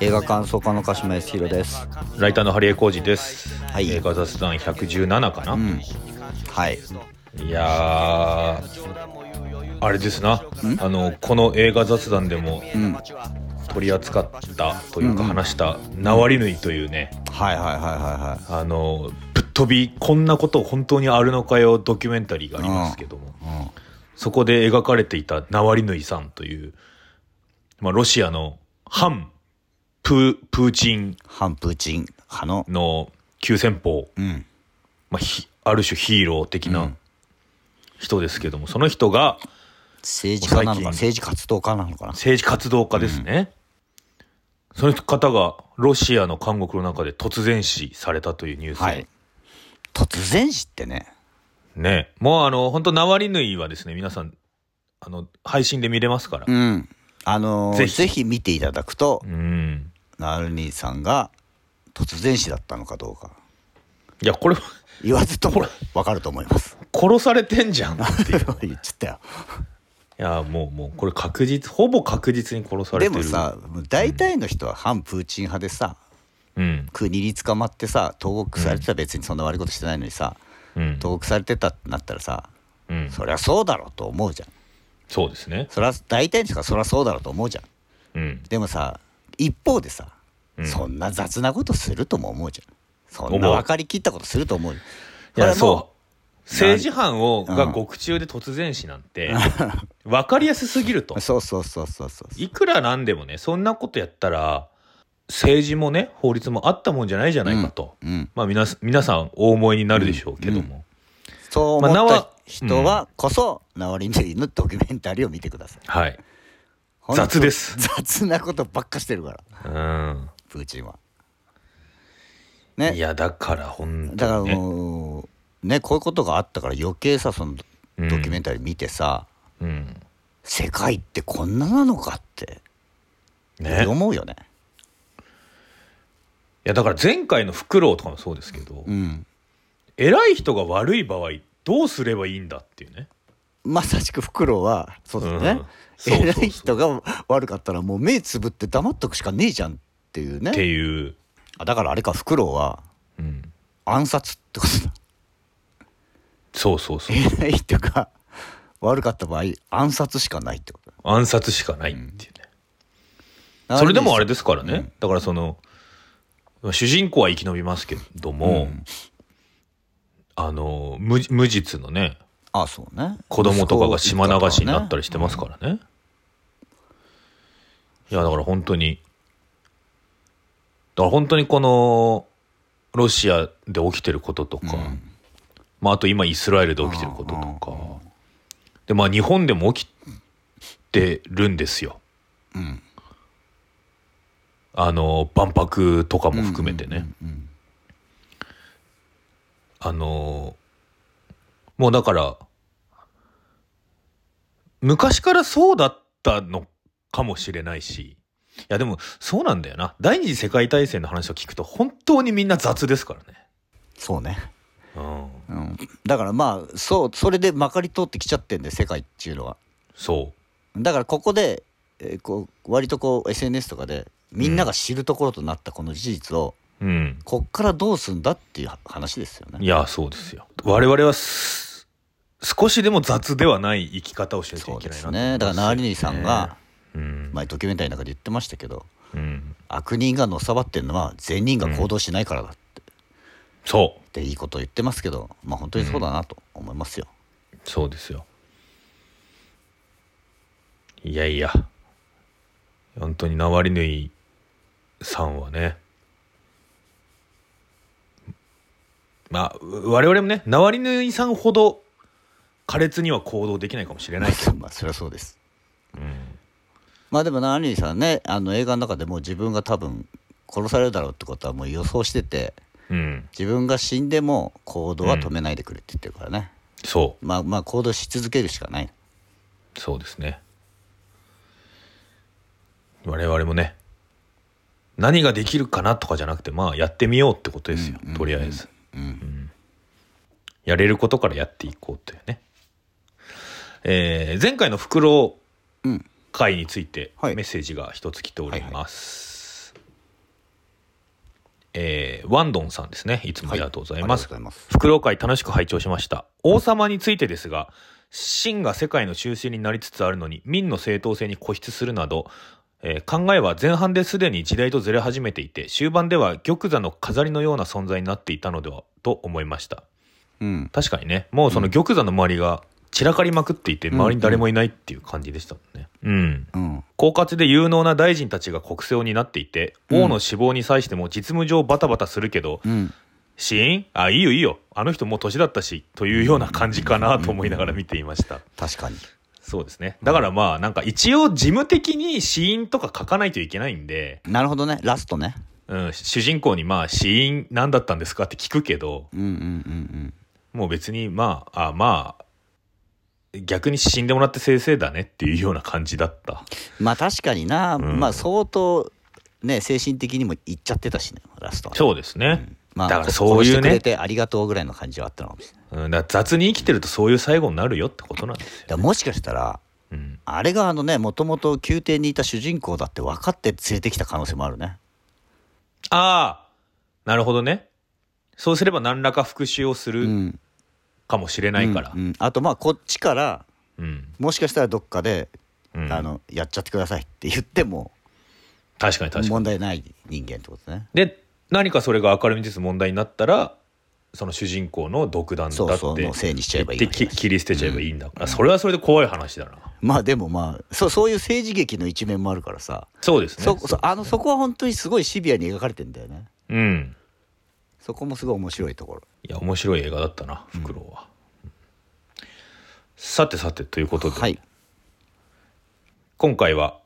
映画感想家の鹿島康弘ですライターのハリエコージです、はい映画雑談117かな、うんはいいやーあれですなあのこの映画雑談でもうん取り扱ったというかうん話した「ナワリヌイ」というねはいはいはいはあのぶっ飛びこんなこと本当にあるのかよドキュメンタリーがありますけどもいはい、そこで描かれていたナワリヌイさんという、まあ、ロシアの反プープーチンうん、反プーチン派のの急先鋒うんまあ、ひある種ヒーロー的な人ですけども、その人が政治家なのかな最近政治活動家なのかな政治活動家ですね、その方がロシアの監獄の中で突然死されたというニュース、はい突然死ってねねもうあの本当ナワリヌイはですね皆さんあの配信で見れますからう、んあのーぜぜひひ見ていただくと、うん、ナワルニーさんが突然死だったのかどうかいやこれ言わずともわかると思います殺されてんじゃんい 言っちゃったよやもうもうこれ確実ほぼ確実に殺されでてるもさもう大体の人は反プーチン派でさうん国に捕まってさ投獄されてたら別にそんな悪いことしてないのにさ、うん投獄されてたってなったらさうんそりゃそうだろうと思うじゃんそうですねそりゃ大体の人がそりゃそうだろうと思うじゃんうんでもさ一方でさ、うんそんな雑なことするとも思うじゃんそんな分かりきったことすると思ういいやそう政治犯をが獄中で突然死なんて分かりやすすぎ るとそうそうそうそうそういくらなんでもねそんなことやったら政治もね法律もあったもんじゃないじゃないかと、うんまあ皆さん皆さんお思いになるでしょうけども、そう思まあっなたわ人はこそ、ナワリヌイのドキュメンタリーを見てくださいはいほんと雑です雑なことばっかしてるからうんプーチンはねいやだから本だから当にねもうねこういうことがあったから余計さそのドうんキュメンタリー見てさ、うん世界ってこんななのかってねい思うよねやだから前回のフクロウとかもそうですけど、うん偉い人が悪い場合どうすればいいんだっていうねまさしくフクロウはそうだよね、うんそうそうそう偉い人が悪かったらもう目つぶって黙っとくしかねえじゃんっていうってねいう、あだからあれかフクロウはうん、暗殺ってことだそうそうそう 偉い人が悪かった場合暗殺しかないってこと暗殺しかないっていうね、だそれでもあれでですからね、だからその主人公は生き延びますけども、あの無無実のねあそうね子供とかが島流しになったりりしてますからねいやだから本当にだから本当にこのロシアで起きてることとか、まあ、あと今イスラエルで起きてることとか、でまあ日本でも起きてるんですよ、んあの万博とかも含めてね、あのもうだから昔からそうだったのかもしれないしいやでもそうなんだよな第二次世界大戦の話を聞くと本当にみんな雑ですからねそうねうんうん、だからまあそうそれでまかり通ってきちゃってんで世界っていうのはそだからここで、えーこう割とこう SNS とかでみんなが知るところとなったこの事実を、ううんこっからどうすんだっていう話ですよねいやそうですよ我々はす少しでも雑ではない生き方をしなきゃそいうけでないなすとねだからナワリヌイさんがうん、前ドキュメンタリーの中で言ってましたけどうん、悪人がのさばってんのは善人が行動しないからだっそていいことを言ってますけどまあ本当にそうだなと思いますよ、うそうですよいやいや本当にナワリヌイさんはねまあ我々もねナワリヌイさんほど苛烈には行動できないかもしれないけどまあそれはそうですうんまあでもナワリヌイさんねあの映画の中でもう自分が多分殺されるだろうってことはもう予想しててうん自分が死んでも行動は止めないでくれって言ってるからね、そまあまあ行動し続けるしかないうそうですね我々もね何ができるかなとかじゃなくてまあやってみようってことですよ、とりあえず、うんやれることからやっていこうというねえー前回のフクロウうん会についてはメいッセージが一つ来ております、えーワンドンさんですね。いつもありがとうございまありがす。とうございます。フクロウ会楽しく拝聴しました。王様についてですが、秦が世界の中心になりつつあるのに、民の正当性に固執するなど、えー考えは前半ですでに時代とずれ始めていて、終盤では玉座の飾りのような存在になっていたのではと思いました。うん。確かにね、もうその玉座の周りが散らかりまくっていて、ん周りに誰もいないっていう感じでしたもんね。うん。うん。狡猾で有能な大臣たちが国政を担っていて、王の死亡に際しても実務上バタバタするけど、うん。死因あいいよいいよあの人もう年だったしというような感じかなと思いながら見ていました確かに。そうですねだからまあなんか一応事務的に死因とか書かないといけないんで、なるほどね。ラストね。うん、主人公にまあ死因何だったんですかって聞くけどうんうんうんもう別にまああまあ逆に死んでもらって先生だねっていうような感じだったうん。まあ確かにな。んまあ相当、ね、精神的にもいっちゃってたしね、ラストは。そうですね、まあ、だからそ殺ういうしてくれね、てありがとうぐらいの感じはあったのかもしれない。うん、だから雑に生きてるとそういう最後になるよってことなんですよ、だからもしかしたら、うん、あれがあのね、もともと宮廷にいた主人公だって分かって連れてきた可能性もあるね。ああ、なるほどね。そうすれば何らか復讐をすうるん。かもしれないから。ううんん。うんあとまあこっちからもしかしたらどっかで、うんあのやっちゃってくださいって言っても確かに確かに。問題ない人間ってことねで、何かそれが明るみに出す問題になったら、その主人公の独断だってそうそうもうせいにしちゃえばいい言わっけてだきし切り捨てちゃえばいいんだから、それはそれで怖い話だな。まあでもまあそうそういう政治劇の一面もあるからさそうですね。そそあのそこは本当にすごいシビアに描かれてんだよねうん。そこもすごい面白いところいや、面白い映画だったな、フクロウは。さてさて、ということで、はい今回は、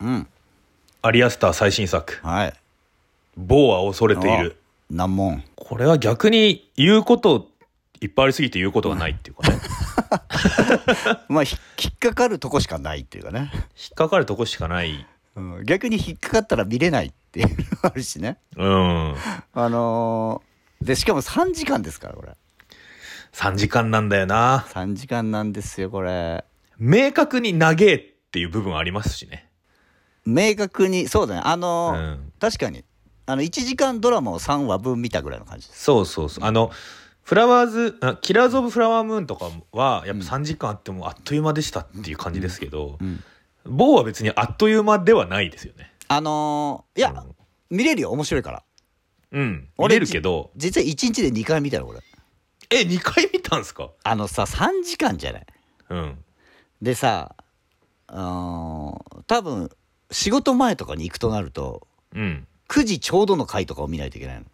うんアリアスター最新作、はいボーアを恐れている。あ難問これは逆に言うこといっぱいありすぎて言うことがないっていう かねまあひ引っかかるとこしかないっていうかね、引っかかるとこしかないうん、逆に引っかかったら見れないっていうのあるしねうんあのーでしかも3時間ですからこれ3時間なんだよな3時間なんですよこれ明確に長えっていう部分ありますしね明確にそうだねあうのーん確かにあの1時間ドラマを3話分見たぐらいの感じですそうそうそうあのフラワーズあキラーズ・オブ・フラワームーンとかはやっぱ3時間あってもあっという間でしたっていう感じですけど、んボーは別にあっという間ではないですよねあのーいや、見れるよ面白いからうん見俺れるけど実は1日で2回見たの俺え二2回見たんすかあのさ3時間じゃないうんでさうーん多分仕事前とかに行くとなるとうん9時ちょうどの回とかを見ないといけないの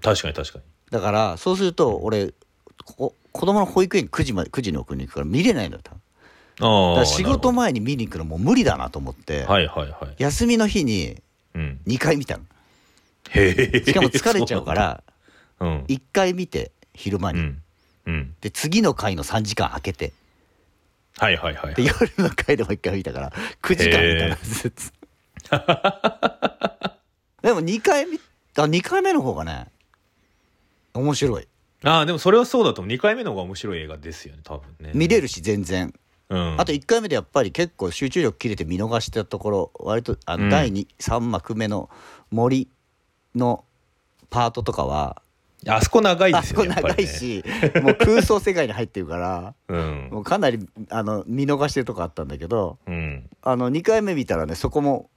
確かに確かにだからそうすると俺ここ子供の保育園9時まで9時に送りに行くから見れないのよ多分だあかあら仕事前に見に行くのもう無理だなと思って、はいはいはい。休みの日にうん。 2回見たのへえ。しかも疲れちゃうからそうなんだ。 1回見て昼間うん。に、うん。うん。で次の回の3時間空けてはいはいはいはでい。夜の回でも1回見たから9時間見たへなーず つでも2回見あ2回目の方がね面白いああ、でもそれはそうだと思う。2回目の方が面白い映画ですよね、多分ね。見れる。るし全然、うん。あと1回目でやっぱり結構集中力切れて見逃したところ割とあうんの第2、3幕目の森のパートとかはあそこ長いであすそこよね。やっぱ長りいね。し、もう空想世界に入ってるからうんも。うかなりあの見逃してるとこあったんだけどうん。あの2回目見たらねそこも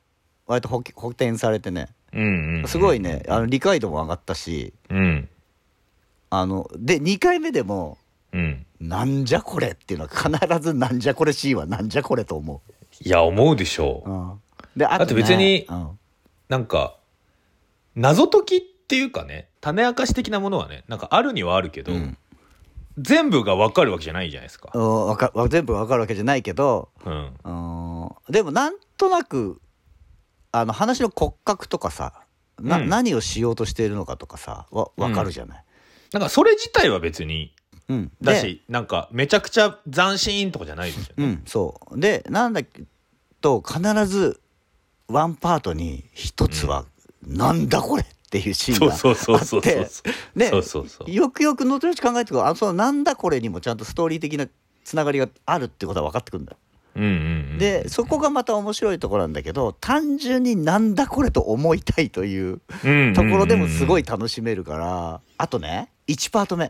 割と補補填されてねうんうん。すごい。ねあの理解度も上がったしうん。あので2回目でもうん。 「なんじゃこれ」っていうのは必ず「なんじゃこれ C」は「なんじゃこれ」と思いや、思うでしょう。う。うん、でああと別にうんなんか、謎解きっていうかね、種明かし的なものはね、なんかあるにはあるけど、うん全部がわかるわけじゃないじゃないですかう。んわかわ全部わかるわけじゃないけど、うん。うん、でもなんとなくあの話の骨格とかさな、うん何をしようとしているのかとかさわ分かるじゃない。なんかそれ自体は別にうん、だでし、なんか、めちゃくちゃ斬新とかじゃないですようね。ん、そうでなんだけど必ずワンパートに一つは「なんだこれ!」っていうシーンそうがそうそうそうそうあってそうそうそうでよくよく後々考えてくるあその「なんだこれ!」にもちゃんとストーリー的なつながりがあるってことは分かってくるんだようんうんうんでそこがまた面白いところなんだけど単純になんだこれと思いたいというところでもすごい、楽しめるからあとね1パート目、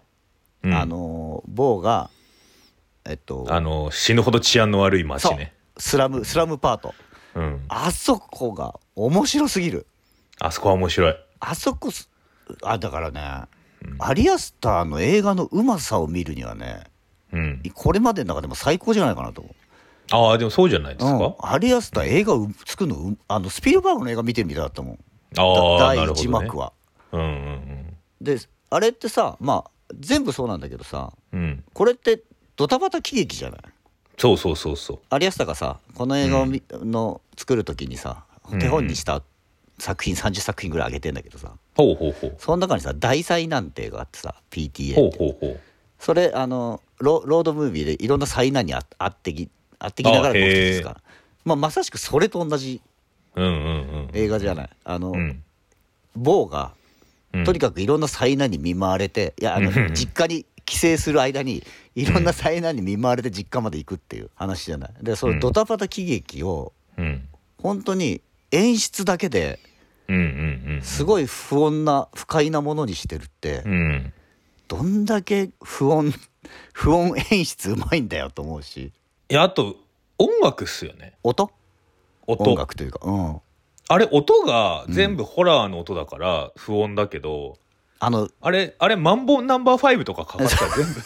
うんあの某がえっとあの死ぬほど治安の悪い街ねスラムスラムパートうんあそこが面白すぎるあそこは面白いあそこすあだからね、アリアスターの映画のうまさを見るにはねうんこれまでの中でも最高じゃないかなと思うああでもそうじゃないですか、うん、アリアスター映画を作るのうあのスピルバーグの映画見てるみたいだったもんああだな第るほ一ど、ね、幕は、うんうんであれってさまあ全部そうなんだけどさうんうんこれってドタバタ喜劇じゃないそうそうそうそうアリアスターがさこの映画をみ、の作る時にさ手本にした作品30作品ぐらい上げてんだけどさほうほうほうその中にさ「大災難」っていう映画があってさ PTA ほうってほうほうそれあのロロードムービーでいろんな災難にああってきあってきながらのことですからまあ、まさしくそれと同じうんうん映画じゃないあの、うんうん某がうんとにかくいろんな災難に見舞われて、いやあのうんうんうん実家に帰省する間にいろんな災難に見舞われて実家まで行くっていう話じゃない。でそのドタバタ喜劇をうん本当に演出だけでうんうんすごい不穏な不快なものにしてるってうんうんどんだけ不穏 不穏演出うまいんだよと思うしいやあと音楽っすよね音音音楽というかうんあれ音が全部ホラーの音だから不穏だけど、あのあれあれマンボウナンバーファイブとかかかったら全部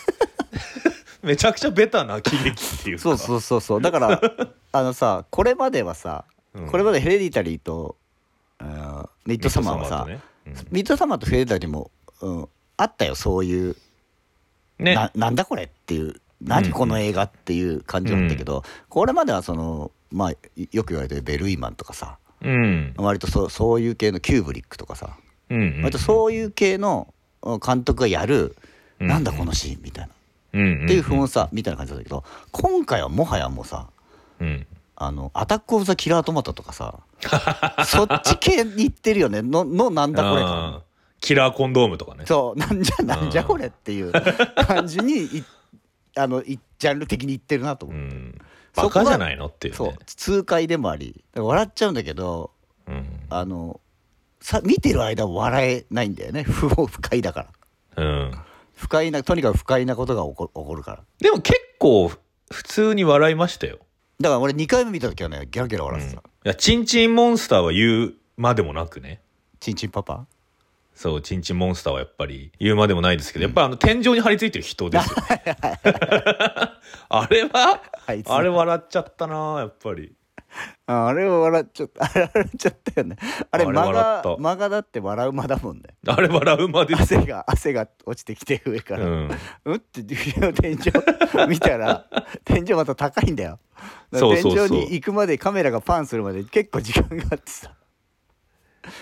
めちゃくちゃベタな喜劇っていうかそうそうそうそうだから あのさこれまではさ、うんこれまでヘレディタリーと、うん、ミッドサマーはさミッドサマーとねうんミッドサマーとフェレダにも、うん、あったよそういう、ねななんだこれっていう何この映画っていう感じだったけど、これまではそのまあいよく言われてるベルイマンとかさうん割とそそういう系のキューブリックとかさうんうん割とそういう系のうん監督がやる、うんなんだこのシーンみたいな、うんっていう不穏さみたいな感じだったけど今回はもはやもうさうんあのアタック・オブ・ザ・キラートマトとか さそっち系に行ってるよねののなんだこれかあーキラーコンドームとかねそうなんじゃなんじゃうんこれって いう感じにいあのいジャンル的にいってるなとう思う、んそこがバカじゃないのっていうそうね痛快でもありだから笑っちゃうんだけどうんあのさ見てる間は笑えないんだよね不法不快だからうん不快なとにかく不快なことが起こ起こるからでも結構普通に笑いましたよだから俺2回目見た時はねギャラギャラ笑っうんていた、やチンチンモンスターは言うまでもなくねチンチンパパそうチンチンモンスターはやっぱり言うまでもないですけどやっぱりあの天井に張り付いてる人ですよねあれはあいつあれ笑っちゃったなやっぱりああれは笑っちゃったあ れ笑っちゃったよねあれあれ間笑がった間がだって笑う間だもんねあれ笑うまでです汗が汗が落ちてきて上かうら、んうんって 家の天井見たら天井また高いんだよだからそうそうそう天井に行くまでカメラがパンするまで結構時間があってさ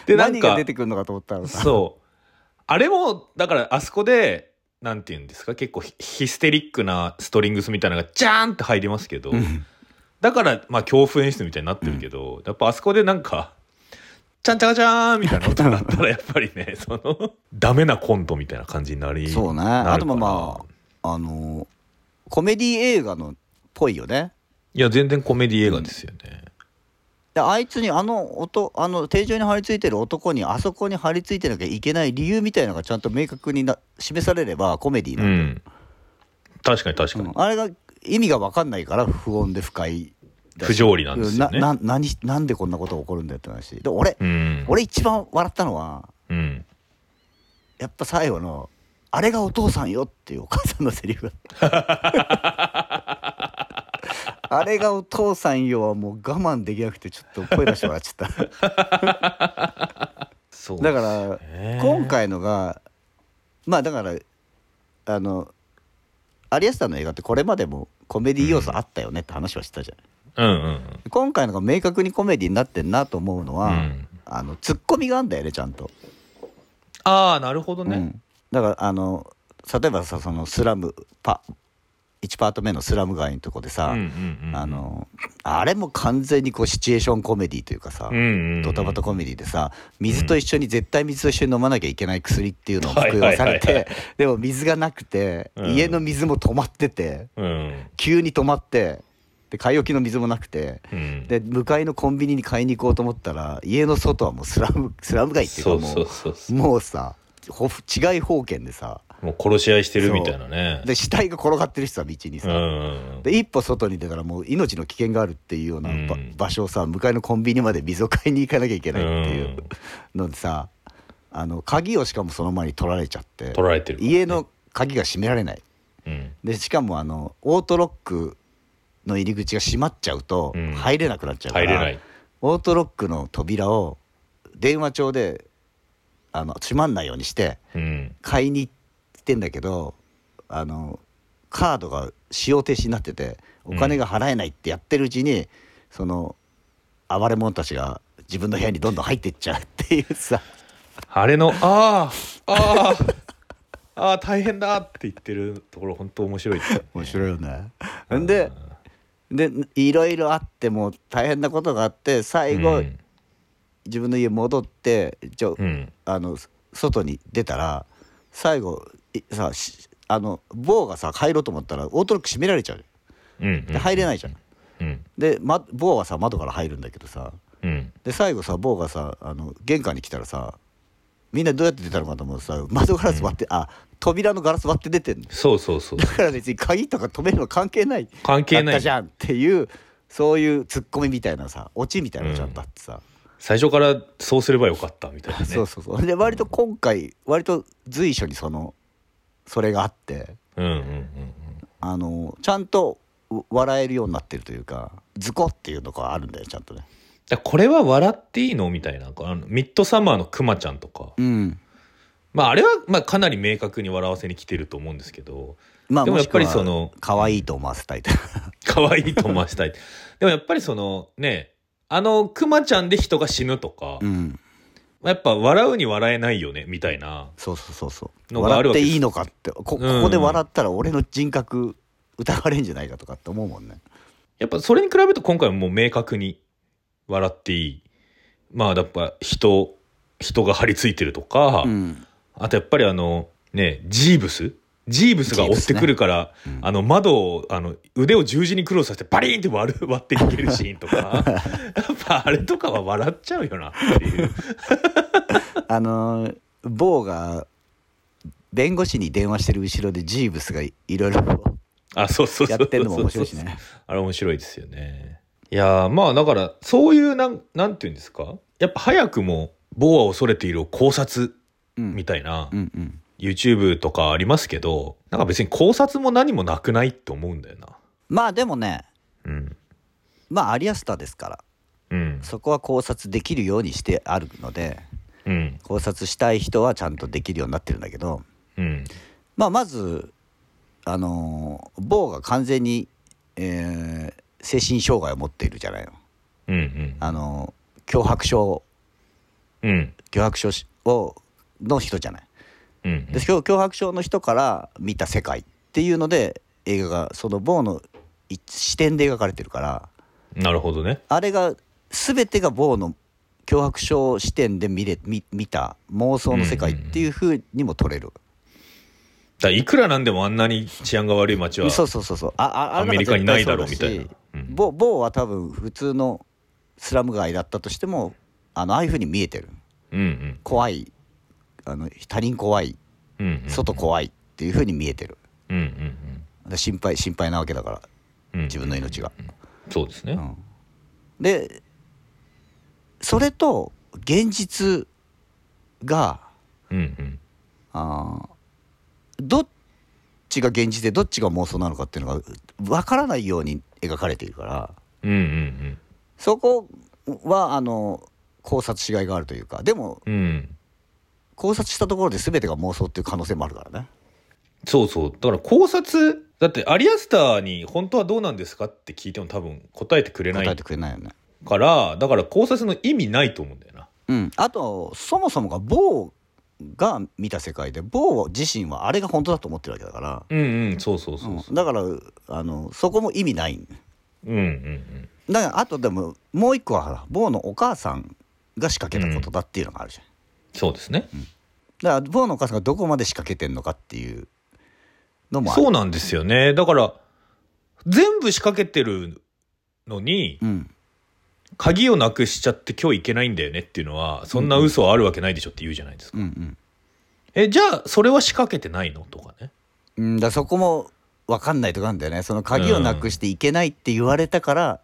でなん何がか出てくるのかと思ったらさそうあれもだからあそこでなんて言うんですか結構ヒヒステリックなストリングスみたいなのがジャーンって入りますけど、だからまあ恐怖演出みたいになってるけど、やっぱあそこでなんか「ちゃんちゃかちゃーん」みたいな音になったらやっぱりねそのダメなコントみたいな感じになりそうねなるあともかまなああのコメディ映画のっぽいよねいや全然コメディ映画ですよね、であいつにあの音あの天井に張り付いてる男にあそこに張り付いてなきゃいけない理由みたいのがちゃんと明確にな示されればコメディうなんの、確かに確かうに、んあれが意味が分かんないから不穏で不快だし不条理なんですよねなな何なんでこんなことが起こるんだよって話で俺、うん俺一番笑ったのはうんやっぱ最後の「あれがお父さんよ」っていうお母さんのセリフ あれがお父さんよはもう我慢できなくてちょっと声出して笑っちゃったそうだからね今回のがまあだからあのアリアスターの映画ってこれまでもコメディ要素あったよねって話はしてたじゃん、うんうんうん今回のが明確にコメディになってんなと思うのは、うんあのツッコミがあんだよねちゃんと、ああなるほどね、うん、だからあの例えばさそのスラムパ1パート目のスラム街のとこでさ、うんうんうんあのあれも完全にこうシチュエーションコメディというかさ、うんうんうんドタバタコメディでさ水と一緒に絶対水と一緒に飲まなきゃいけない薬っていうのを服用されはいはいはいはてでも水がなくて、うん家の水も止まっててうん急に止まってで買い置きの水もなくてうん、で向かいのコンビニに買いに行こうと思ったら家の外はもうスラム スラム街っていうかそもううそうそうそもうさほ違い方圏でさうもう殺し合いしてるみたいなねで死体が転がってるしさ道にうさ、んうんうんで一歩外に出たらもう命の危険があるっていうようなばうん場所をさ向かいのコンビニまで水を買いに行かなきゃいけないっていうのでさあの鍵をしかもその前に取られちゃって取られてるからね家の鍵が閉められないうんでしかもあのオートロックの入り口が閉まっちゃうとうん入れなくなっちゃうか入ら、れないオートロックの扉を電話帳であの閉まんないようにしてうん買いに行ってんだけどあのカードが使用停止になっててお金が払えないってやってるうちに、その暴れ者たちが自分の部屋にどんどん入ってっちゃうっていうさあれのあーあーあー大変だって言ってるところ本当面白いですよね面白いよね。んででいろいろあってもう大変なことがあって最後、うん自分の家戻ってちょ、うんあのそ外に出たら最後いさしあの棒がさ入ろうと思ったらオートロック閉められちゃうじうんうんゃんで入れないじゃん。うんで、ま、棒はさ窓から入るんだけどさうんで最後さ棒がさあの玄関に来たらさみんなどうやって出たのかと思うとさ窓ガラス割って、あ扉のガラス割って出てんのそうそうそうだから別に鍵とか止めるの関係ない関係だなったじいゃんっていうそういうツッコミみたいなさオチみたいなのちゃんとあってさ、最初からそうすればよかったみたいなねそうそうそうで割と今回割と随所にそのそれがあってうんうんうんあのちゃんとう笑えるようになってるというかズコっていうのがあるんだよちゃんとねだからこれは笑っていいのみたいなあのミッドサマーのクマちゃんとか、うんまあ、あれはまあかなり明確に笑わせに来てると思うんですけどまあでももやっしくぱりはその可愛いと思わせたいと可愛いと思わせたいでもやっぱりそのねあのクマちゃんで人が死ぬとか、うんやっぱ笑うに笑えないよねみたいなそうそうそうそうのがあ笑っるわけてですいいのかってここうんこで笑ったら俺の人格疑われんじゃないかとかって思うもんねやっぱそれに比べると今回はもう明確に笑っていいまあやっぱ人人が張り付いてるとか、うんあとやっぱりあのねジーブスジーブスが追ってくるから、ジーブスねうんあの窓をあの腕を十字にクロスさせてバリーンって割る 割っていけるシ ーンとかやっぱあれとかは笑っちゃうよなっていうあのー某が弁護士に電話してる後ろでジーブスがいいろいろあそうそうそやうってるのも面白いしねあれ面白いですよね。いやーまあだからそういうなんなんていうんですかやっぱ早くも「ボアを恐れている」を考察うんみたいな、うんうん YouTube とかありますけどなんか別に考察も何もなくないと思うんだよな。まあでもねうん、まあアリアスターですからうん、そこは考察できるようにしてあるのでうん、考察したい人はちゃんとできるようになってるんだけど、うん、まあ、まずあのー某が完全に、えー精神障害を持っているじゃないの。うん、うん、あのー脅迫症うん、脅迫症しをの人じゃない。うん、で今日脅迫症の人から見た世界っていうので映画がその某の一視点で描かれてるからなるほどね。あれが全てが某の脅迫症視点で見れ見見た妄想の世界っていうふうにも取れる、だからいくらなんでもあんなに治安が悪い街はそうそうそうそうあああれアんかメリカにないだろうみ絶た対いそうなだし。うん某某は多分普通のスラム街だったとしてもあのああいうふうに見えてるうん、うん、怖いあの他人怖いうん、うん、外怖いっていうふうに見えてるうん、うん、心配心配なわけだからうん、自分の命が。そうですね。うんでそれと現実がうん、うん、あーどっちが現実でどっちが妄想なのかっていうのが分からないように描かれているからうん、うん、そこはあの考察しがいがあるというかでもうん、うん。考察したところで全てが妄想っていう可能性もあるからね。そうそう。だから考察、だってアリアスターに本当はどうなんですかって聞いても多分答えてくれな答えいてくれないよね。から、だから考察の意味ないと思うんだよな。うん、あとそもそもが某が見た世界で某自身はあれが本当だと思ってるわけだから。うんうん、そうそうそうそう。だからあのそこも意味ないうんうんうん。だからあとでももう一個はほらボーのお母さんが仕掛けたことだっていうのがあるじゃん、そうですね。だからボーのお母さんがどこまで仕掛けてんのかっていうのもあるそうなんですよね。だから、全部仕掛けてるのに、うん鍵をなくしちゃって今日行けないんだよねっていうのはそんな嘘あるわけないでしょって言うじゃないですか、うんうんえじゃあそれは仕掛けてないのとかねうんだからそこも分かんないとこなんだよねその鍵をなくしていけないって言われたから、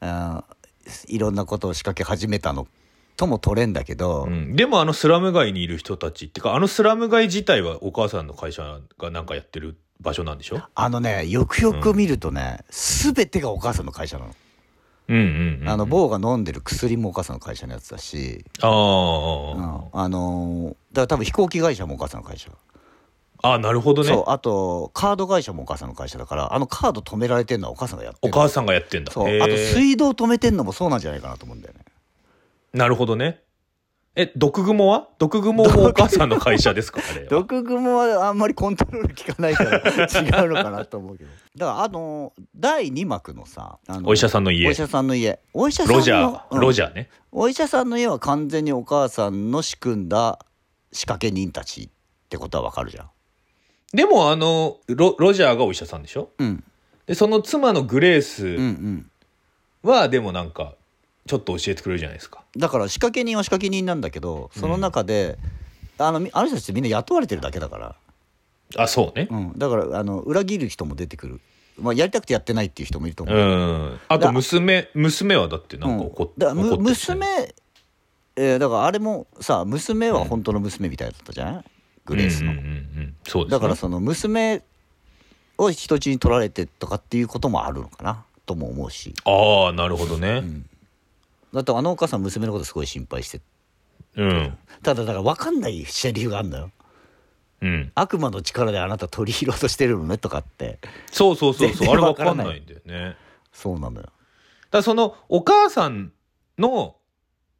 あーいろんなことを仕掛け始めたのとも取れんだけど、うん、でもあのスラム街にいる人たちってかあのスラム街自体はお母さんの会社がなんかやってる場所なんでしょあのねよくよく見るとね、すべてがお母さんの会社なの、うんうん、うん、あの坊が飲んでる薬もお母さんの会社のやつだし、あうー、んあのーだから多分飛行機会社もお母さんの会社、あーなるほどねそうあとカード会社もお母さんの会社だからあのカード止められてるのはお母さんがやっておる母さんがやってんだそうへーあと水道止めてんのもそうなんじゃないかなと思うんだよねなるほどねえ毒蜘蛛は毒蜘蛛もお母さんの会社ですかあれは毒蜘蛛はあんまりコントロール効かないから 違うのかなと思うけどだからあのー第2幕のさあのお医者さんの家お医者さんの家お医者さんのロジャうーんロジャーねお医者さんの家は完全にお母さんの仕組んだ仕掛け人たちってことはわかるじゃん。でもあのロロジャーがお医者さんでしょうん、でその妻のグうレーん、うスん。はでもなんかちょっと教えてくれるじゃないですかだから仕掛け人は仕掛け人なんだけどその中で、あのみあの人たちみんな雇われてるだけだから、あそうねうん、だからあの裏切る人も出てくる、まあ、やりたくてやってないっていう人もいると思うう。んあとだ娘娘はだってなんか怒っうんだからむ怒ってるしね娘、えーだからあれもさ娘は本当の娘みたいだったじゃん、グレースの。うんうんうんうんそうですねだからその娘を人質に取られてとかっていうこともあるのかなとも思うしああなるほどねだってあのお母さん娘のことすごい心配してうん、ただだから分かんないセリフがあるのようん悪魔の力であなた取り入ろうとしてるのねとかってそうそうそう全そう然あれわわかからんないないんだよねそうなのよだからそのお母さんの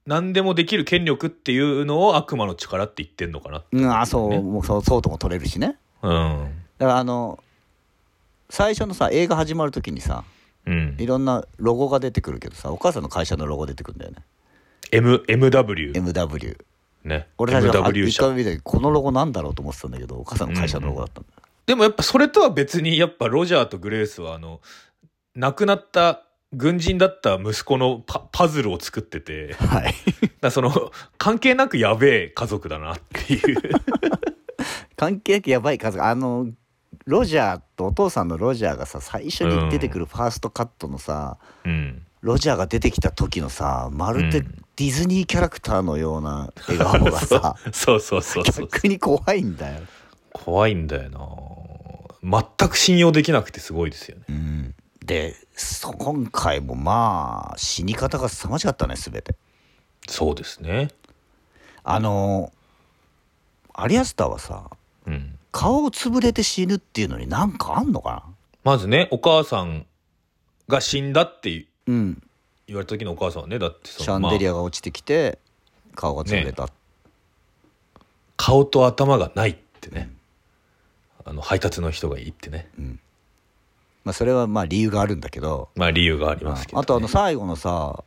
何でもできる権力っていうのを悪魔の力って言ってんのかなうんあそう,、ねもうそうそうとも取れるしねうんだからあの最初のさ映画始まる時にさうんいろんなロゴが出てくるけどさお母さんの会社のロゴ出てくるんだよね M MW MW ね俺たちが MW 一回社見た時このロゴなんだろうと思ってたんだけどお母さんの会社のロゴだったんだよ、でもやっぱそれとは別にやっぱロジャーとグレースはあの亡くなった軍人だった息子のパパズルを作ってて だかはいらその関係なくやべえ家族だなっ ていう関係なくやばい数があのロジャーとお父さんのロジャーがさ最初に出てくるファーストカットのさ、うんロジャーが出てきた時のさまるでうデんィズニーキャラクターのよう な笑顔がさそうそうそうそう逆に怖いんだよ、怖いんだよな全く信用できなくてすごいですよねうん、でそ今回もまあ死に方が凄まじかったね全てそうですねあのアリアスターはさうん顔を潰れて死ぬっていうのになんかあんのかまずねお母さんが死んだってなうん言われた時のお母さんはねだってそのシャンデリまあアが落ちてきて顔が潰れた、顔と頭がないってねあの配達の人が言ってねまあ、それはまあ理由があるんだけどまあ理由がありますけど、ね、あとあの最後のさ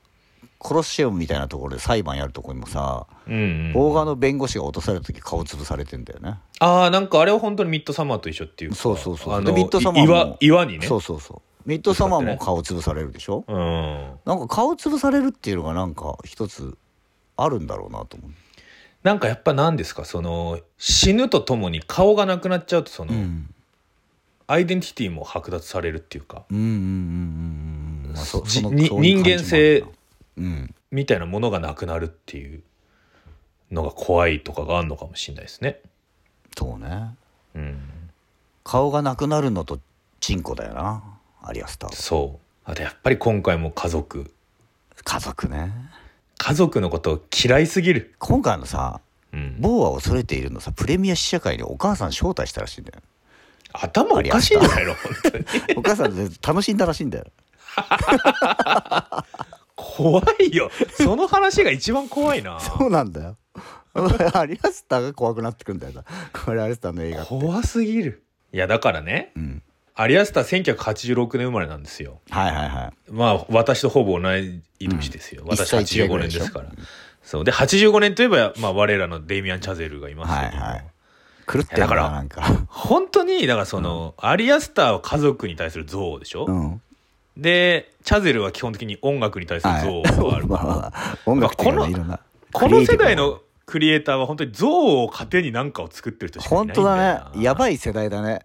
コロッシウムみたいなところで裁判やるとこにもさうんうん、邦画の弁護士が落とされた時顔潰されてんだよねああなんかあれは本当にミッドサマーと一緒っていうかそうそうそうあでのミッドサマーも岩岩にねそうそうそうミッドサマーも顔潰されるでしょうん、なんか顔潰されるっていうのがなんか一つあるんだろうなと思うなんかやっぱ何ですかその死ぬとともに顔がなくなっちゃうとその、うんアイデンティティも剥奪されるっていうかうんうんうんうんうんまあそじそのにそういう感じもあるな人間性うんみたいなものがなくなるっていうのが怖いとかがあるのかもしれないですね。そうねうん、顔がなくなるのとチンコだよなアリアスターはそうあとやっぱり今回も家族家族ね家族のことを嫌いすぎる、今回のさうん、某は恐れているのさプレミア試写会にお母さん招待したらしいんだ よ頭おかしいんじゃないの本当にお母さんで楽しんだらしいんだよ怖いよその話が一番怖いなそうなんだよ アリアスターが怖くなってくんだよなこれアリアスターの映画怖すぎるいやだからねうんアリアスター1986年生まれなんですよはいはいはいまあ私とほぼ同い年ですよ、うん私一歳違いぐ85らい年でしょですからそうで85年といえば、まあ、我らのデイミアン・チャゼルがいますはけいども、はい狂ってるだかかららなんか本当にだからその、アリアスターは家族に対する憎悪でしょ、うんでチャゼルは基本的に音楽に対する憎悪がある、まあまあまあ音楽っていうのはいろんなこの世ク代のクリエイターは本当に憎悪を糧に何かを作ってる人しかいないリエイんティだブよなな本当だねやばい世代だね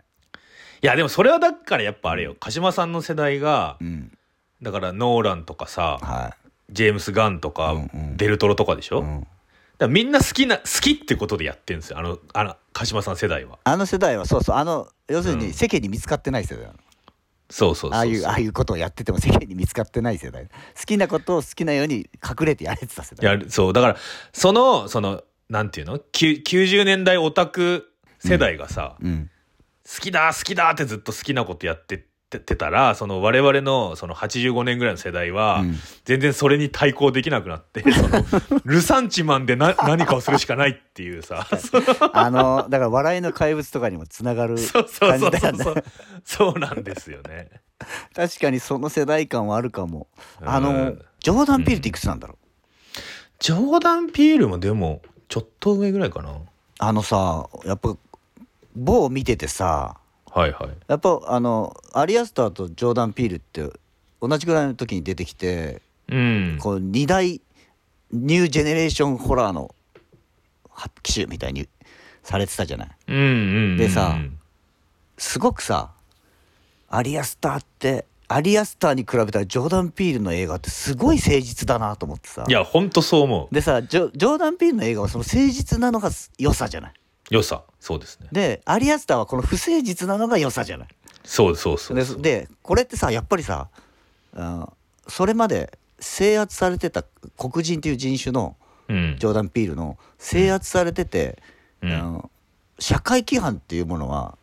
いやでもそれはだからやっぱあれよ鹿島さんの世代がうんだからノーランとかさはジェームス・ガンとかうんうんデルトロとかでしい、ょ、うだかんらみんな好きな好きってことでやってるんですよあのあの鹿島さん世代はあの世代はそうそうあの要するうにん世間に見つかってない世代なのそうそうそうそうああいうああいうことをやってても世間に見つかってない世代好きなことを好きなように隠れてやれてた世代やるそうだからそのそのなんていうのきゅ90年代オタク世代がさ、うん好きだ好きだってずっと好きなことやってっててたらその我々のその85年ぐらいの世代は、うん全然それに対抗できなくなってそのルサンチマン でな何かをするしかないっていうさそうあのだから笑いの怪物とかにもつながる そうそう感そじだうそようねそうそうなんですよね。確かにその世代感はあるかもうんあのジョーダン・ピールっていくつなんだろうジョーダン・ピールもでもちょっと上ぐらいかな。あのさやっぱ某見ててさはいはい。やっぱあのアリアスターとジョーダン・ピールって同じぐらいの時に出てきてうん。こう二大ニュージェネレーションホラーのは機種みたいにされてたじゃないうんうんうんうんでさすごくさアリアスターってアリアスターに比べたらジョーダン・ピールの映画ってすごい誠実だなと思ってさいやほんとそう思う。でさジョジョーダン・ピールの映画はその誠実なのが良さじゃない良さそうですね。でアリアスターはこの不誠実なのが良さじゃないそうそうそうでそう。でこれってさやっぱりさあーそれまで制圧されてた黒人っていう人種のうんジョーダン・ピールの制圧されてて、うんあの社会規範っていうものは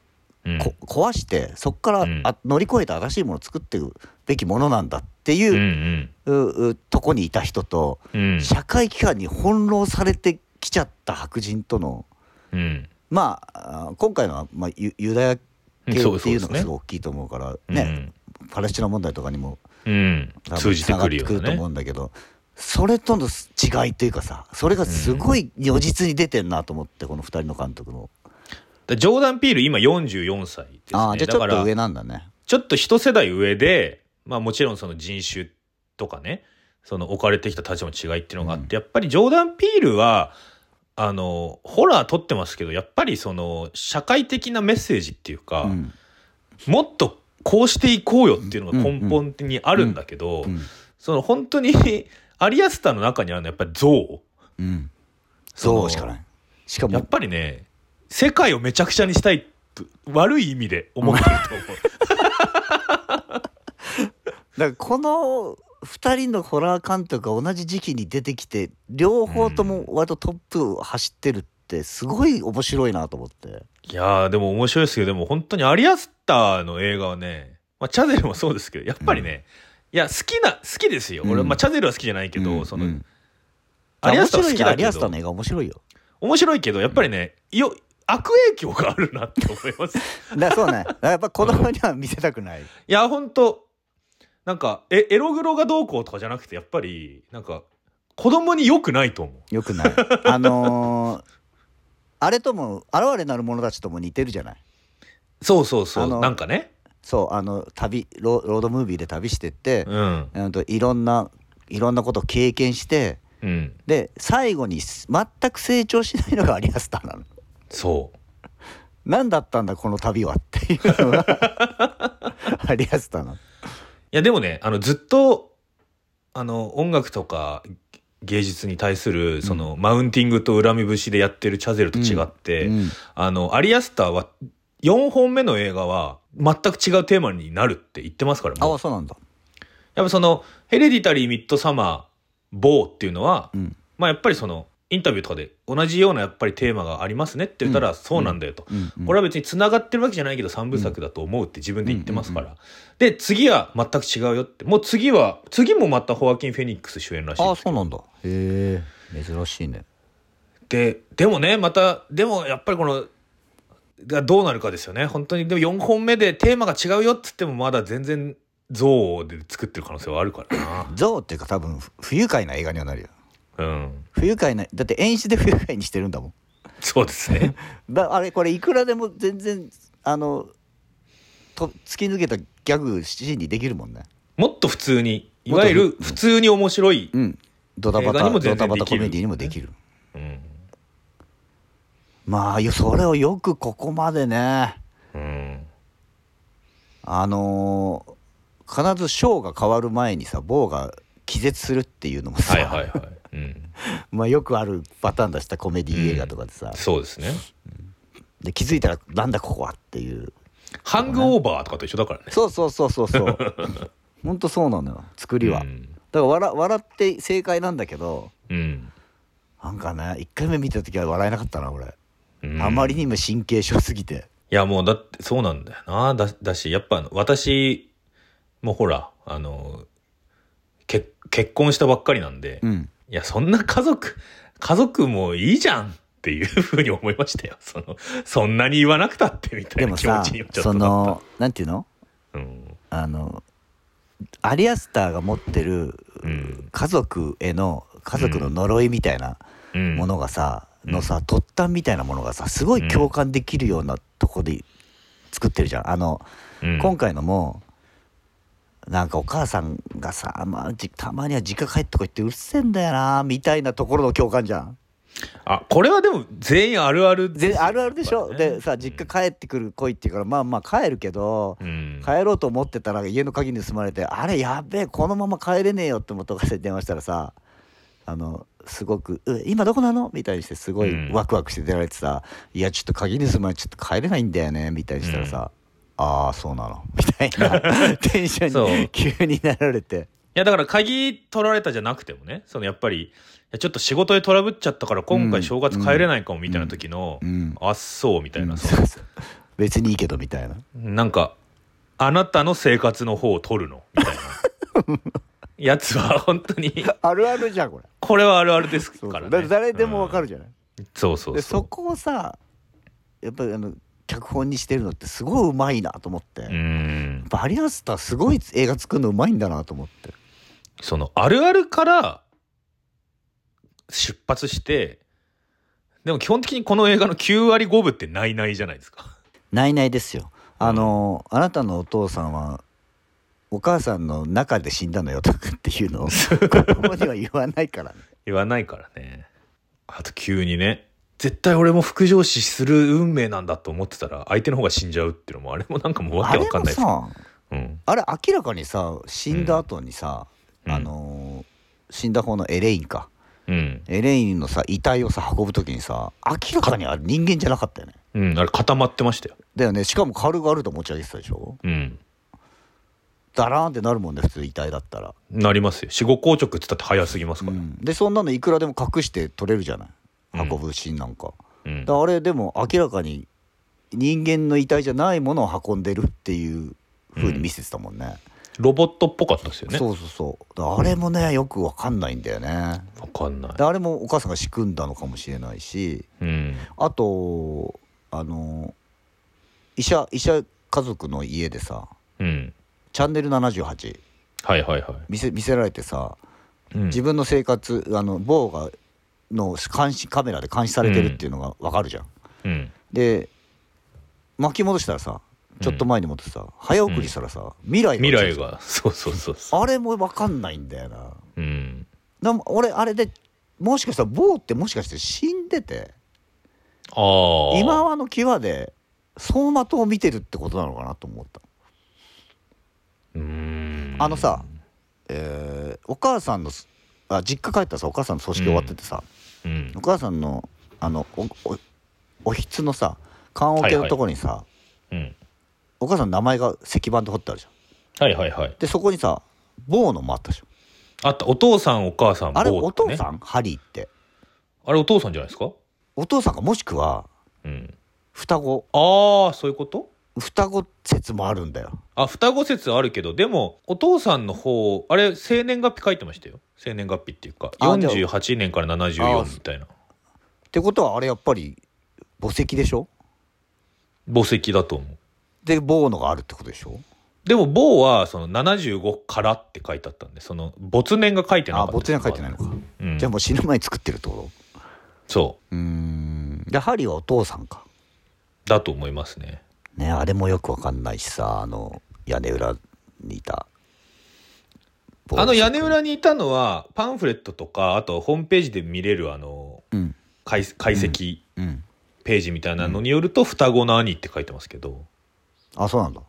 うんこ壊してそこから、うんあ乗り越えて新しいものを作っていくべきものなんだってうんういう,んう、うとこにいた人と、うん社会規範に翻弄されてきちゃった白人とのうんまああ今回のは、まあ、ユユダヤ系そうっていうのがそうですねすごい大きいと思うからねパレスチナ問題とかにもうん多分通じてくるよ繋がってうくると思なねうんだけどそれとの違いというかさそれがすごい如実に出てんなと思ってこの2人の監督の、だジョーダン・ピール今44歳ですねああじゃあちだょかっとら上なんだねちょっと一世代上でまあもちろんその人種とかねその置かれてきた立場の違いっていうのがあって、やっぱりジョーダン・ピールはあのホラー撮ってますけどやっぱりその社会的なメッセージっていうか、うんもっとこうしていこうよっていうのが根本にあるんだけど、うんその本当に アリアスターの中にあるのはやっぱり憎悪うんそのそうしかないしかやもっぱりね世界をめちゃくちゃにしたいと悪い意味で思ってると思うだからこの2人のホラー監督が同じ時期に出てきて両方とも割とトップを走ってるってすごい面白いなと思っていやーでも面白いですけどでも本当にアリアスターの映画はね、まあ、チャゼルもそうですけどやっぱりね、いや好きな好きですよ、うん俺、まあ、チャゼルは好きじゃないけど、うんその、うんアリアスターは好き面白いよだアリけアスターどの映画面白いよ面白いけどやっぱりねよ悪影響があるなって思いますいだからそうねだからやっぱ子供には見せたくないや本当なんかえエログロがどうこうとかじゃなくてやっぱりなんか子供に良くないと思うよくない あのーあれとも「現れなる者たち」とも似てるじゃないそうそうあそうのなんかねそうあの旅ロロードムービーで旅してってう、んうん、といろんないろんなことを経験してうんで最後に全く成長しないのがアリアスターなの。そう何だったんだこの旅はっていう のがアリアスターなの。いやでもねあのずっとあの音楽とか芸術に対するその、マウンティングと恨み節でやってるチャゼルと違って、うんあのアリアスターは4本目の映画は全く違うテーマになるって言ってますからもうあそうなんだ。やっぱその「ヘレディタリー・ミッドサマー・ボー」っていうのは、うんまあやっぱりそのインタビューとかで同じようなやっぱりテーマがありますねって言ったうら、んそうなんだよと、うんうんこれは別に繋がってるわけじゃないけど3部作だと思うって自分で言ってますから、で次は全く違うよってもう次は次もまたホアキン・フェニックス主演らしいあそうなんだ。へえ珍しいね。ででもねまたでもやっぱりこのがどうなるかですよね本当にでも4本目でテーマが違うよっつってもまだ全然憎悪で作ってる可能性はあるからなゾウっていうか多分ふ不愉快な映画にはなるよ。うん不愉快なだって演出で不愉快にしてるんだもん。そうです ねだあれこれいくらでも全然あのと突き抜けたギャグシーンにできるもんね。もっと普通にいわゆる普通に面白い、うんドタバ映画タにドも全タ然バでタきコるメディにもできるうんまあよそれをよくここまでねうんあのー必ず章が変わる前にさ某が気絶するっていうのもさ、はいはいはい、うん、まあよくあるパターンだしたコメディ映画とかでさ、そうですねで気づいたらなんだここはっていうハングオーバーとかと一緒だからねそうそうそうそうそう ほんとそうなのよ作りは、うだんから笑笑って正解なんだけどうんなんかね1回目見た時は笑えなかったな俺、うんあまりにも神経症すぎていやもうだってそうなんだよなだだしやっぱあの私もほらあのけ結婚したばっかりなんで、んいやそんな家族家族もいいじゃんっていうふうに思いましたよそのそんなに言わなくたってみたでいもな気持さちにはちょっそとなっのなんていうのたうんあのアリアスターが持ってる、うん家族への家族の呪いみたいなうんものがさ、うんのさ突端みたいなものがさすごい共感できるようなとこで作ってるじゃん。あの、うん今回のもなんかお母さんがさ、まあ、じたまには実家帰ってこいってうっせえんだよなみたいなところの共感じゃん。あこれはでも全員あるあるですぜよあるあるでしょ、やっぱりねでさ実家帰ってくる来いって言うからまあまあ帰るけど、うん帰ろうと思ってたら家の鍵盗まれてあれやべえこのまま帰れねえよって思ってお母さんに電話したらさあのすごく「う今どこなの?」みたいにしてすごうんいワクワクして出られてさ「いやちょっと鍵盗まれてちょっと帰れないんだよね」みたいにしたらさ「ああそうなの」 みたい なテンションそにう急になられていやだから鍵取られたじゃなくてもねそのやっぱりいやちょっと仕事でトラブっちゃったから今回正月帰れないかもみたいな時の、うんあっそうみたいな、そそうそう別にいいけどみたいなのなんかあなたの生活の方を取るのみ たいなやつは本当にあるあるじゃんこれこれはあるあるですそうかそうら、だっね、て誰でもわかるる、じゃない、そうそうでそそこをさやっぱりあの脚本にしてるのってすごいうまいなと思って、ううんバリアスターすごい映画作るのうまいんだなと思ってそのあるあるから出発してでも基本的にこの映画の9割5分ってないないじゃないですかないないですよあの、あなたのお父さんはお母さんの中で死んだのよとかっていうのを 子供には言わないからね言わないからねあと急にね絶対俺も副上司する運命なんだと思ってたら相手の方が死んじゃうっていうのもあれもなんかもうわあけれわかんもないですさうんあれ明らかにさ死んだ後にさ、うんあの死んだ方のエレインかうん、エレインのさ遺体をさ運ぶ時にさ明らかにあれ人間じゃなかったよねうん、あれ固まってましたよだよねしかも軽々と持ち上げてたでしょうんダラーンってなるもんね普通遺体だったら、なりますよ死後硬直って言ったって早すぎますから、でそんなのいくらでも隠して取れるじゃないうん運ぶシーンなんか,、うんあれでも明らかに人間の遺体じゃないものを運んでるっていう風に見せてたもんね、ロボットっぽかったですよねそうそうそうだからあれもねよくわかんないんだよねわかんないであれもお母さんが仕組んだのかもしれないしうんあとあの医者医者家族の家でさうんチャンネル78はいはいは見せ見せられてさい、うん、自分の生活あの某がの監視カメラで監視されてるっていうのがわかるじゃん、うんで巻き戻したらさちょっと前に戻ってさ、早送りしたらさ、未来が未来がそうそうそうそあれもわかんないんだよなううんな俺あれでもしかしたら某ってもしかして死んでてああ今はの際で走馬灯を見てるってことなのかなと思った、うーんあのさ、えーお母さんのすあ実家帰ったらさお母さんの葬式終わっててさ、うんお母さんのあのおおおひつのさ棺桶のとこにさ、うんお母さんの名前が石板で彫ってあるじゃんはいはいはいでそこにさ某のもあったでしょあったお父さんお母さんあれ某おってね父さん、ハリーってあれお父さんじゃないですかお父さんかもしくはうん双子ああそういうこと双子説もあるんだよあ双子説あるけどでもお父さんの方あれ生年月日書いてましたよ生年月日っていうかあでも48年からあ74みたいなってことはあれやっぱり墓石でしょ墓石だと思うで某のがあるってことでしょでも某はその75からって書いてあったんでその没年が書いてなかあった墓地には書いてないのか、うんじゃあもう死ぬ前に作ってるってこそとうーんでハリーはお父さんかうだと思いますねねあれもよくわかんないしさあの屋根裏にいた歩あの屋根裏にいたのはパンフレットとかあとホームページで見れるあのうん解解析うんページみたいなのによると双子の兄って書いてますけどあそうなんだ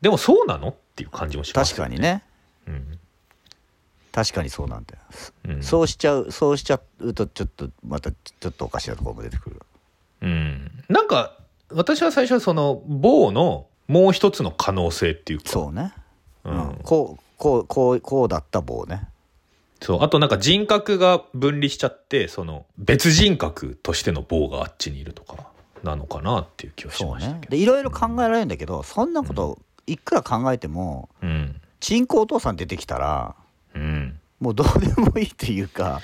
でもそうなのっていう感じもします確かにねうん確かにそうなんだよ、うんそうしちゃうそうしちゃうとちょっとまたちょっとおかしなところも出てくるうんなんか私は最初はその某のもう一つの可能性っていうかそうね、ううんん、こうこうこうこうだった棒ねそうあとなんか人格が分離しちゃってその別人格としての某があっちにいるとかなのかなっていう気はしそうましたねけどでいろいろ考えられるんだけど、そんなこといくら考えてもうんちんこお父さん出てきたらうんもうどうでもいいっていうか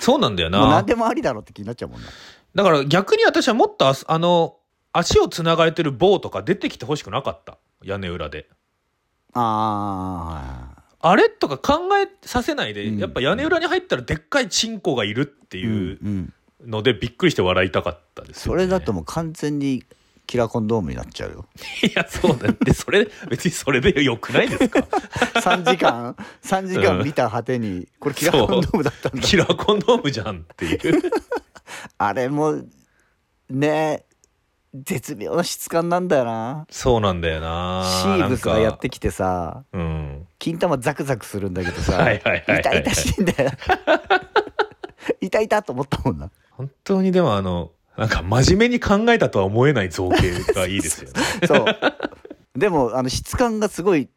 そうなんだよもうな何でもありだろうって気になっちゃうもんなだから逆に私はもっとあすあの足をつながれてる棒とか出てきてほしくなかった屋根裏でああれとか考えさせないで、うんやっぱ屋根裏に入ったらでっかいチンコがいるってーいううんうん、のでびっくりして笑いたかったですそよ、ね、れだともう完全にキラコンドームになっちゃうよ いやそうだってそれ別にそれでよくないで すか3時間3時間見た果てにこれキラコンドームだったんだキラーコンドームじゃんっていうあれもね絶妙な質感なんだよなそうなんだよなシーブスがやってききてさうん金玉ザクザクするんだけどさはいはいはいはい痛々しいんだ よ痛々と思ったもんな本当にでもあのなんか真面目に考えたとは思えない造形がいいですよねそうでもあの質感がすごい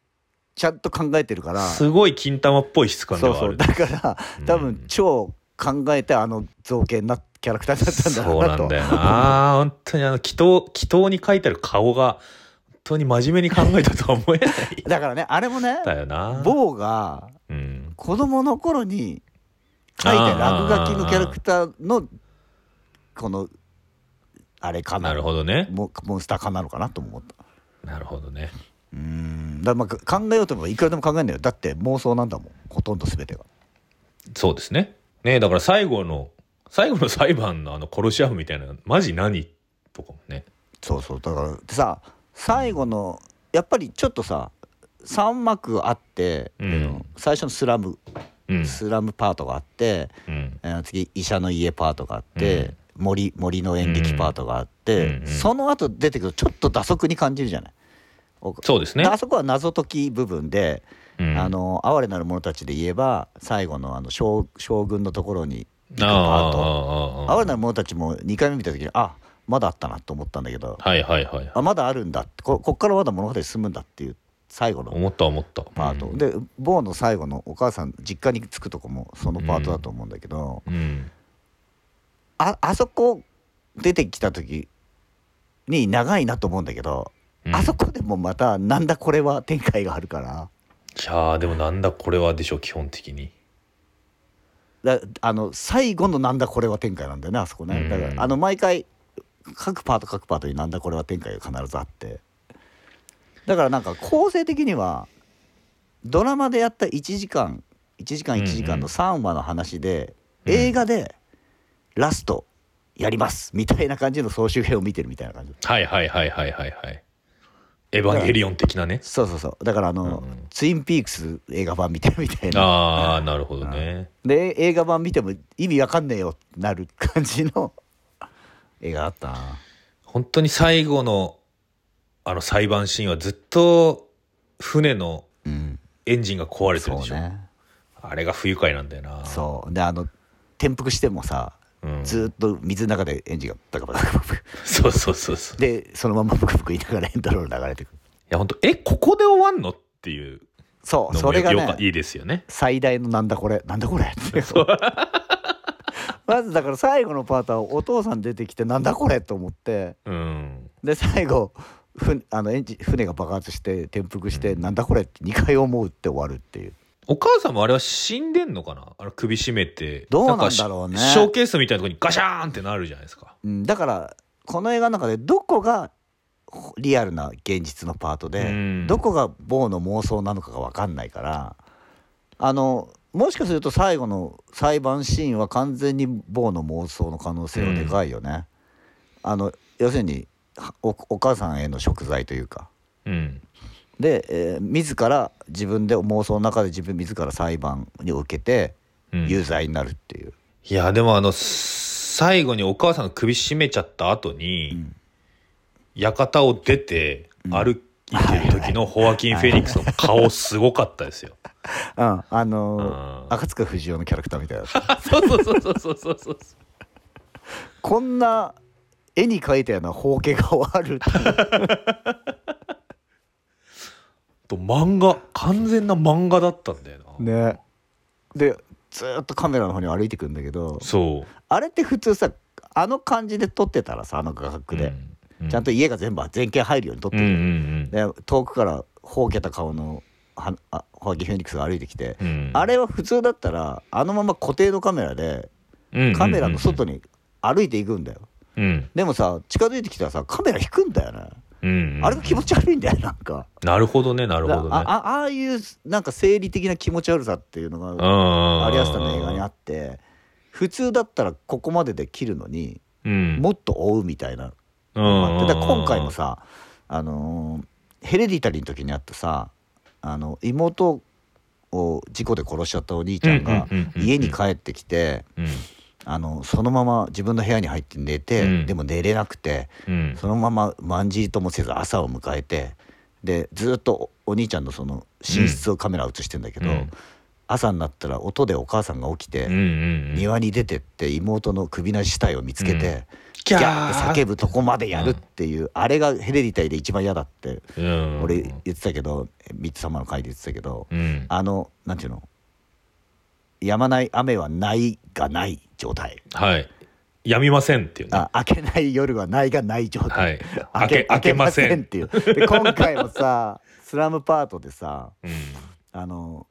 ちゃんと考えてるからすごい金玉っぽい質感でそうはあそうるだからうん多分超考えてあの造形になキャラクターになったんだろそううななとんだよな本当にあの祈祷祈祷に書いてある顔が本当に真面目に考えたとは思えないだからねあれもねだよな某がうん子供の頃に書いた落書きのキャラクターのこのあれかななるほどねモモンスター化なのかなとも思ったなるほどねうーんだからまあ考えようと思えばいくらでも考えんだよだって妄想なんだもんほとんど全てがそうですねねだから最後の最後の裁判のあの殺し合うみたいなマジ何とかもねそうそうだからでさ最後のやっぱりちょっとさ3幕あって、うんあの最初のスラム、うんスラムパートがあって、うんえー次医者の家パートがあって、森森の演劇パートがあって、うんうんその後出てくるとちょっと打足に感じるじゃない。おそうですねあそこは謎解き部分で、うんあの哀れなる者たちで言えば最後のあの将将軍のところに行くあパあートああああ哀れなる者たちも2回目見た時にあまだあったなと思ったんだけどはいはいはいあまだあるんだってここっからまだ物語進むんだっていう最後の思った思ったパート、うんでボーの最後のお母さん実家に着くとこもそのパートだと思うんだけど、うんああそこ出てきた時に長いなと思うんだけど、うんあそこでもまたなんだこれは展開があるからいやーでもなんだこれはでしょ基本的にだあの最後のなんだこれは展開なんだよねあそこうねんだからあの毎回各パート各パートになんだこれは展開が必ずあってだからなんか構成的にはドラマでやった1時間1時間1時間うんうのん3話の話で、うん映画でラストやりますみたいな感じの総集編を見てるみたいな感じはいはいはいはいはいはい。エヴァンゲリオン的なね。そうそうそうだからあの、うんツインピークス映画版見てるみたいなああ、なるほどね。で映画版見ても意味わかんねえよってなる感じ の映画あったな本当に最後のあの裁判シーンはずっと船のうんエンジンが壊れてるそでしうょ。ねあれが不愉快なんだよな。そうであの転覆してもさうんずーっと水の中でエンジンがバカバカバカバカ そうそうそうそう。いでそのままブクブク言いながらエンドロール流れてくるや、本当え、ここで終わんのっていうそうのそもれがよかいねいですよね。最大のなんだこれなんだこれ っていうまずだから最後のパートはお父さん出てきてなんだこれと思ってうん。で最後ふあのエンジン船が爆発して転覆して、なんだこれって2回思うって終わるっていうお母さんもあれは死んでんのかなあれ首絞めて。どうなんだろうねなかシショーケースみたいなとこにガシャーンってなるじゃないですか。うん、だからこの映画の中でどこがほリアルな現実のパートで、うんどこが某の妄想なのかが分かんないからあのもしかすると最後の裁判シーンは完全に某の妄想の可能性はでかいよね。あの要するにはおお母さんへの贖罪というかうん。で、えー自ら自分で妄想の中で自分自ら裁判に受けてうん有罪になるっていう、いや、でもあの、最後にお母さんが首絞めちゃった後に、館を出て歩いてる時のホアキン・フェニックスの顔すごかったですよ。うんあのーうん赤塚不二夫のキャラクターみたいなそう そうそうそうそうそうそう。こんな絵に描いたような包茎があるっていうと漫画、完全な漫画だったんだよな。ねでずーっとカメラの方に歩いてくんだけどそあれって普通さあの感じで撮ってたらさあの画う。角で、うちゃんと、家が全部全景入るように撮っうてんうる、んうん。で遠くからほうけた顔のはあホアキン・フェニックスが歩いてきて、うんあれは普通だったらあのまま固定のカメラでカメラの外に。に歩いていくんだよ、うんでもさ近づいてきたらさカメラ引くんだよね、うんうんあれが気持ち悪いんだよなんかなるほどね、なるほどね。だからああああいうなんか生理的な気持ち悪さっていうのうがん有安さんの映画にあって普通だったらここまでで切るのにうん。もっと追うみたいなうのんがあうんっうんてだから今回もさあのーヘレディタリーの時にあったさあの妹を事故で殺しちゃったお兄ちゃんがうんうんうんうんうん家に帰ってきてうんあのそのまま自分の部屋に入って寝て、うんでも寝れなくてうんそのまままんじりともせず朝を迎えてでずっとおお兄ちゃんのその寝室をカメラ映してんだけど、うん朝になったら音でお母さんが起きて、うんうんうん庭に出てって妹の首なし死体を見つけて、うんギャーって叫ぶとこまでやるっていう、あれがヘレディタリーで一番嫌だってうん俺言ってたけど、ミッツ様の回で言ってたけど、うんあのなんていうのやまない雨はないがない状態はいやみませんっていうねあ明けない夜はないがない状は態、い開け開けませんっていうで今回も さスラムパートでさうんあの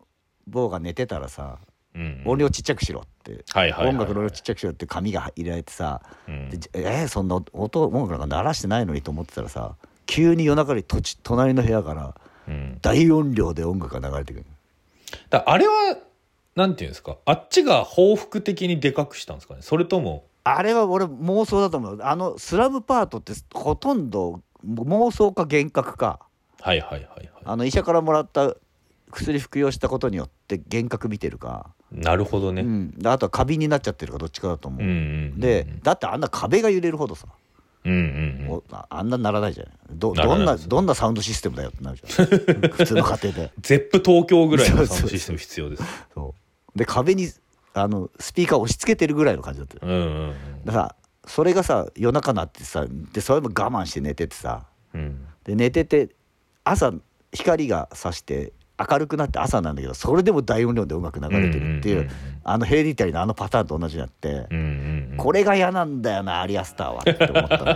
坊が寝てたらさうん音量ちっちゃくしろって、はいはいはい音楽の音量ちっちゃくしろって紙が入れられてさ、うんでじえーそんな音音楽なんか鳴らしてないのにと思ってたらさ急に夜中にとち隣の部屋からうん大音量で音楽が流れてくるだあれはなんていうんですかあっちが報復的にでかくしたんですかねそれともあれは俺妄想だと思うあのスラムパートってほとんど妄想か幻覚かはいはいはいはあの医者からもらった薬服用したことによって幻覚見てるか、いなるほどねううんん、であとは過敏になっちゃってるかどっちかだと思う、うんうんでだってあんな壁が揺れるほどさ、うんうんうんおああんなならないじゃないどならどないんなですどんなサウンドシステムだよってなるじゃん 普通の家庭でゼップ東京ぐらいのサウンそドうそうシステム必要ですそうで壁にあのスピーカー押し付けてるぐらいの感じだったようんうんだからそれがさ夜中になってさでそれも我慢して寝ててさうんで寝てて朝光がさして明るくなって朝なんだけどそれでも大音量で音楽流れてるっていう,、うんうんうんうんあのヘレディタリーのあのパターンと同じになって、うんうんうんこれが嫌なんだよなアリアスターはって思ったのよ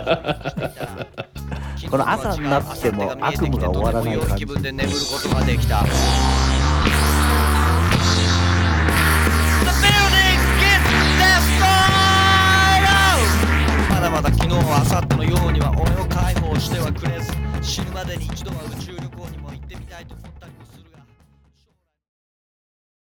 この朝になっても悪夢が終わらない感じ気分で眠ることができた The building gets destroyed まだまだ昨日は明後日のようには俺を解放してはくれず死ぬまでに一度は宇宙に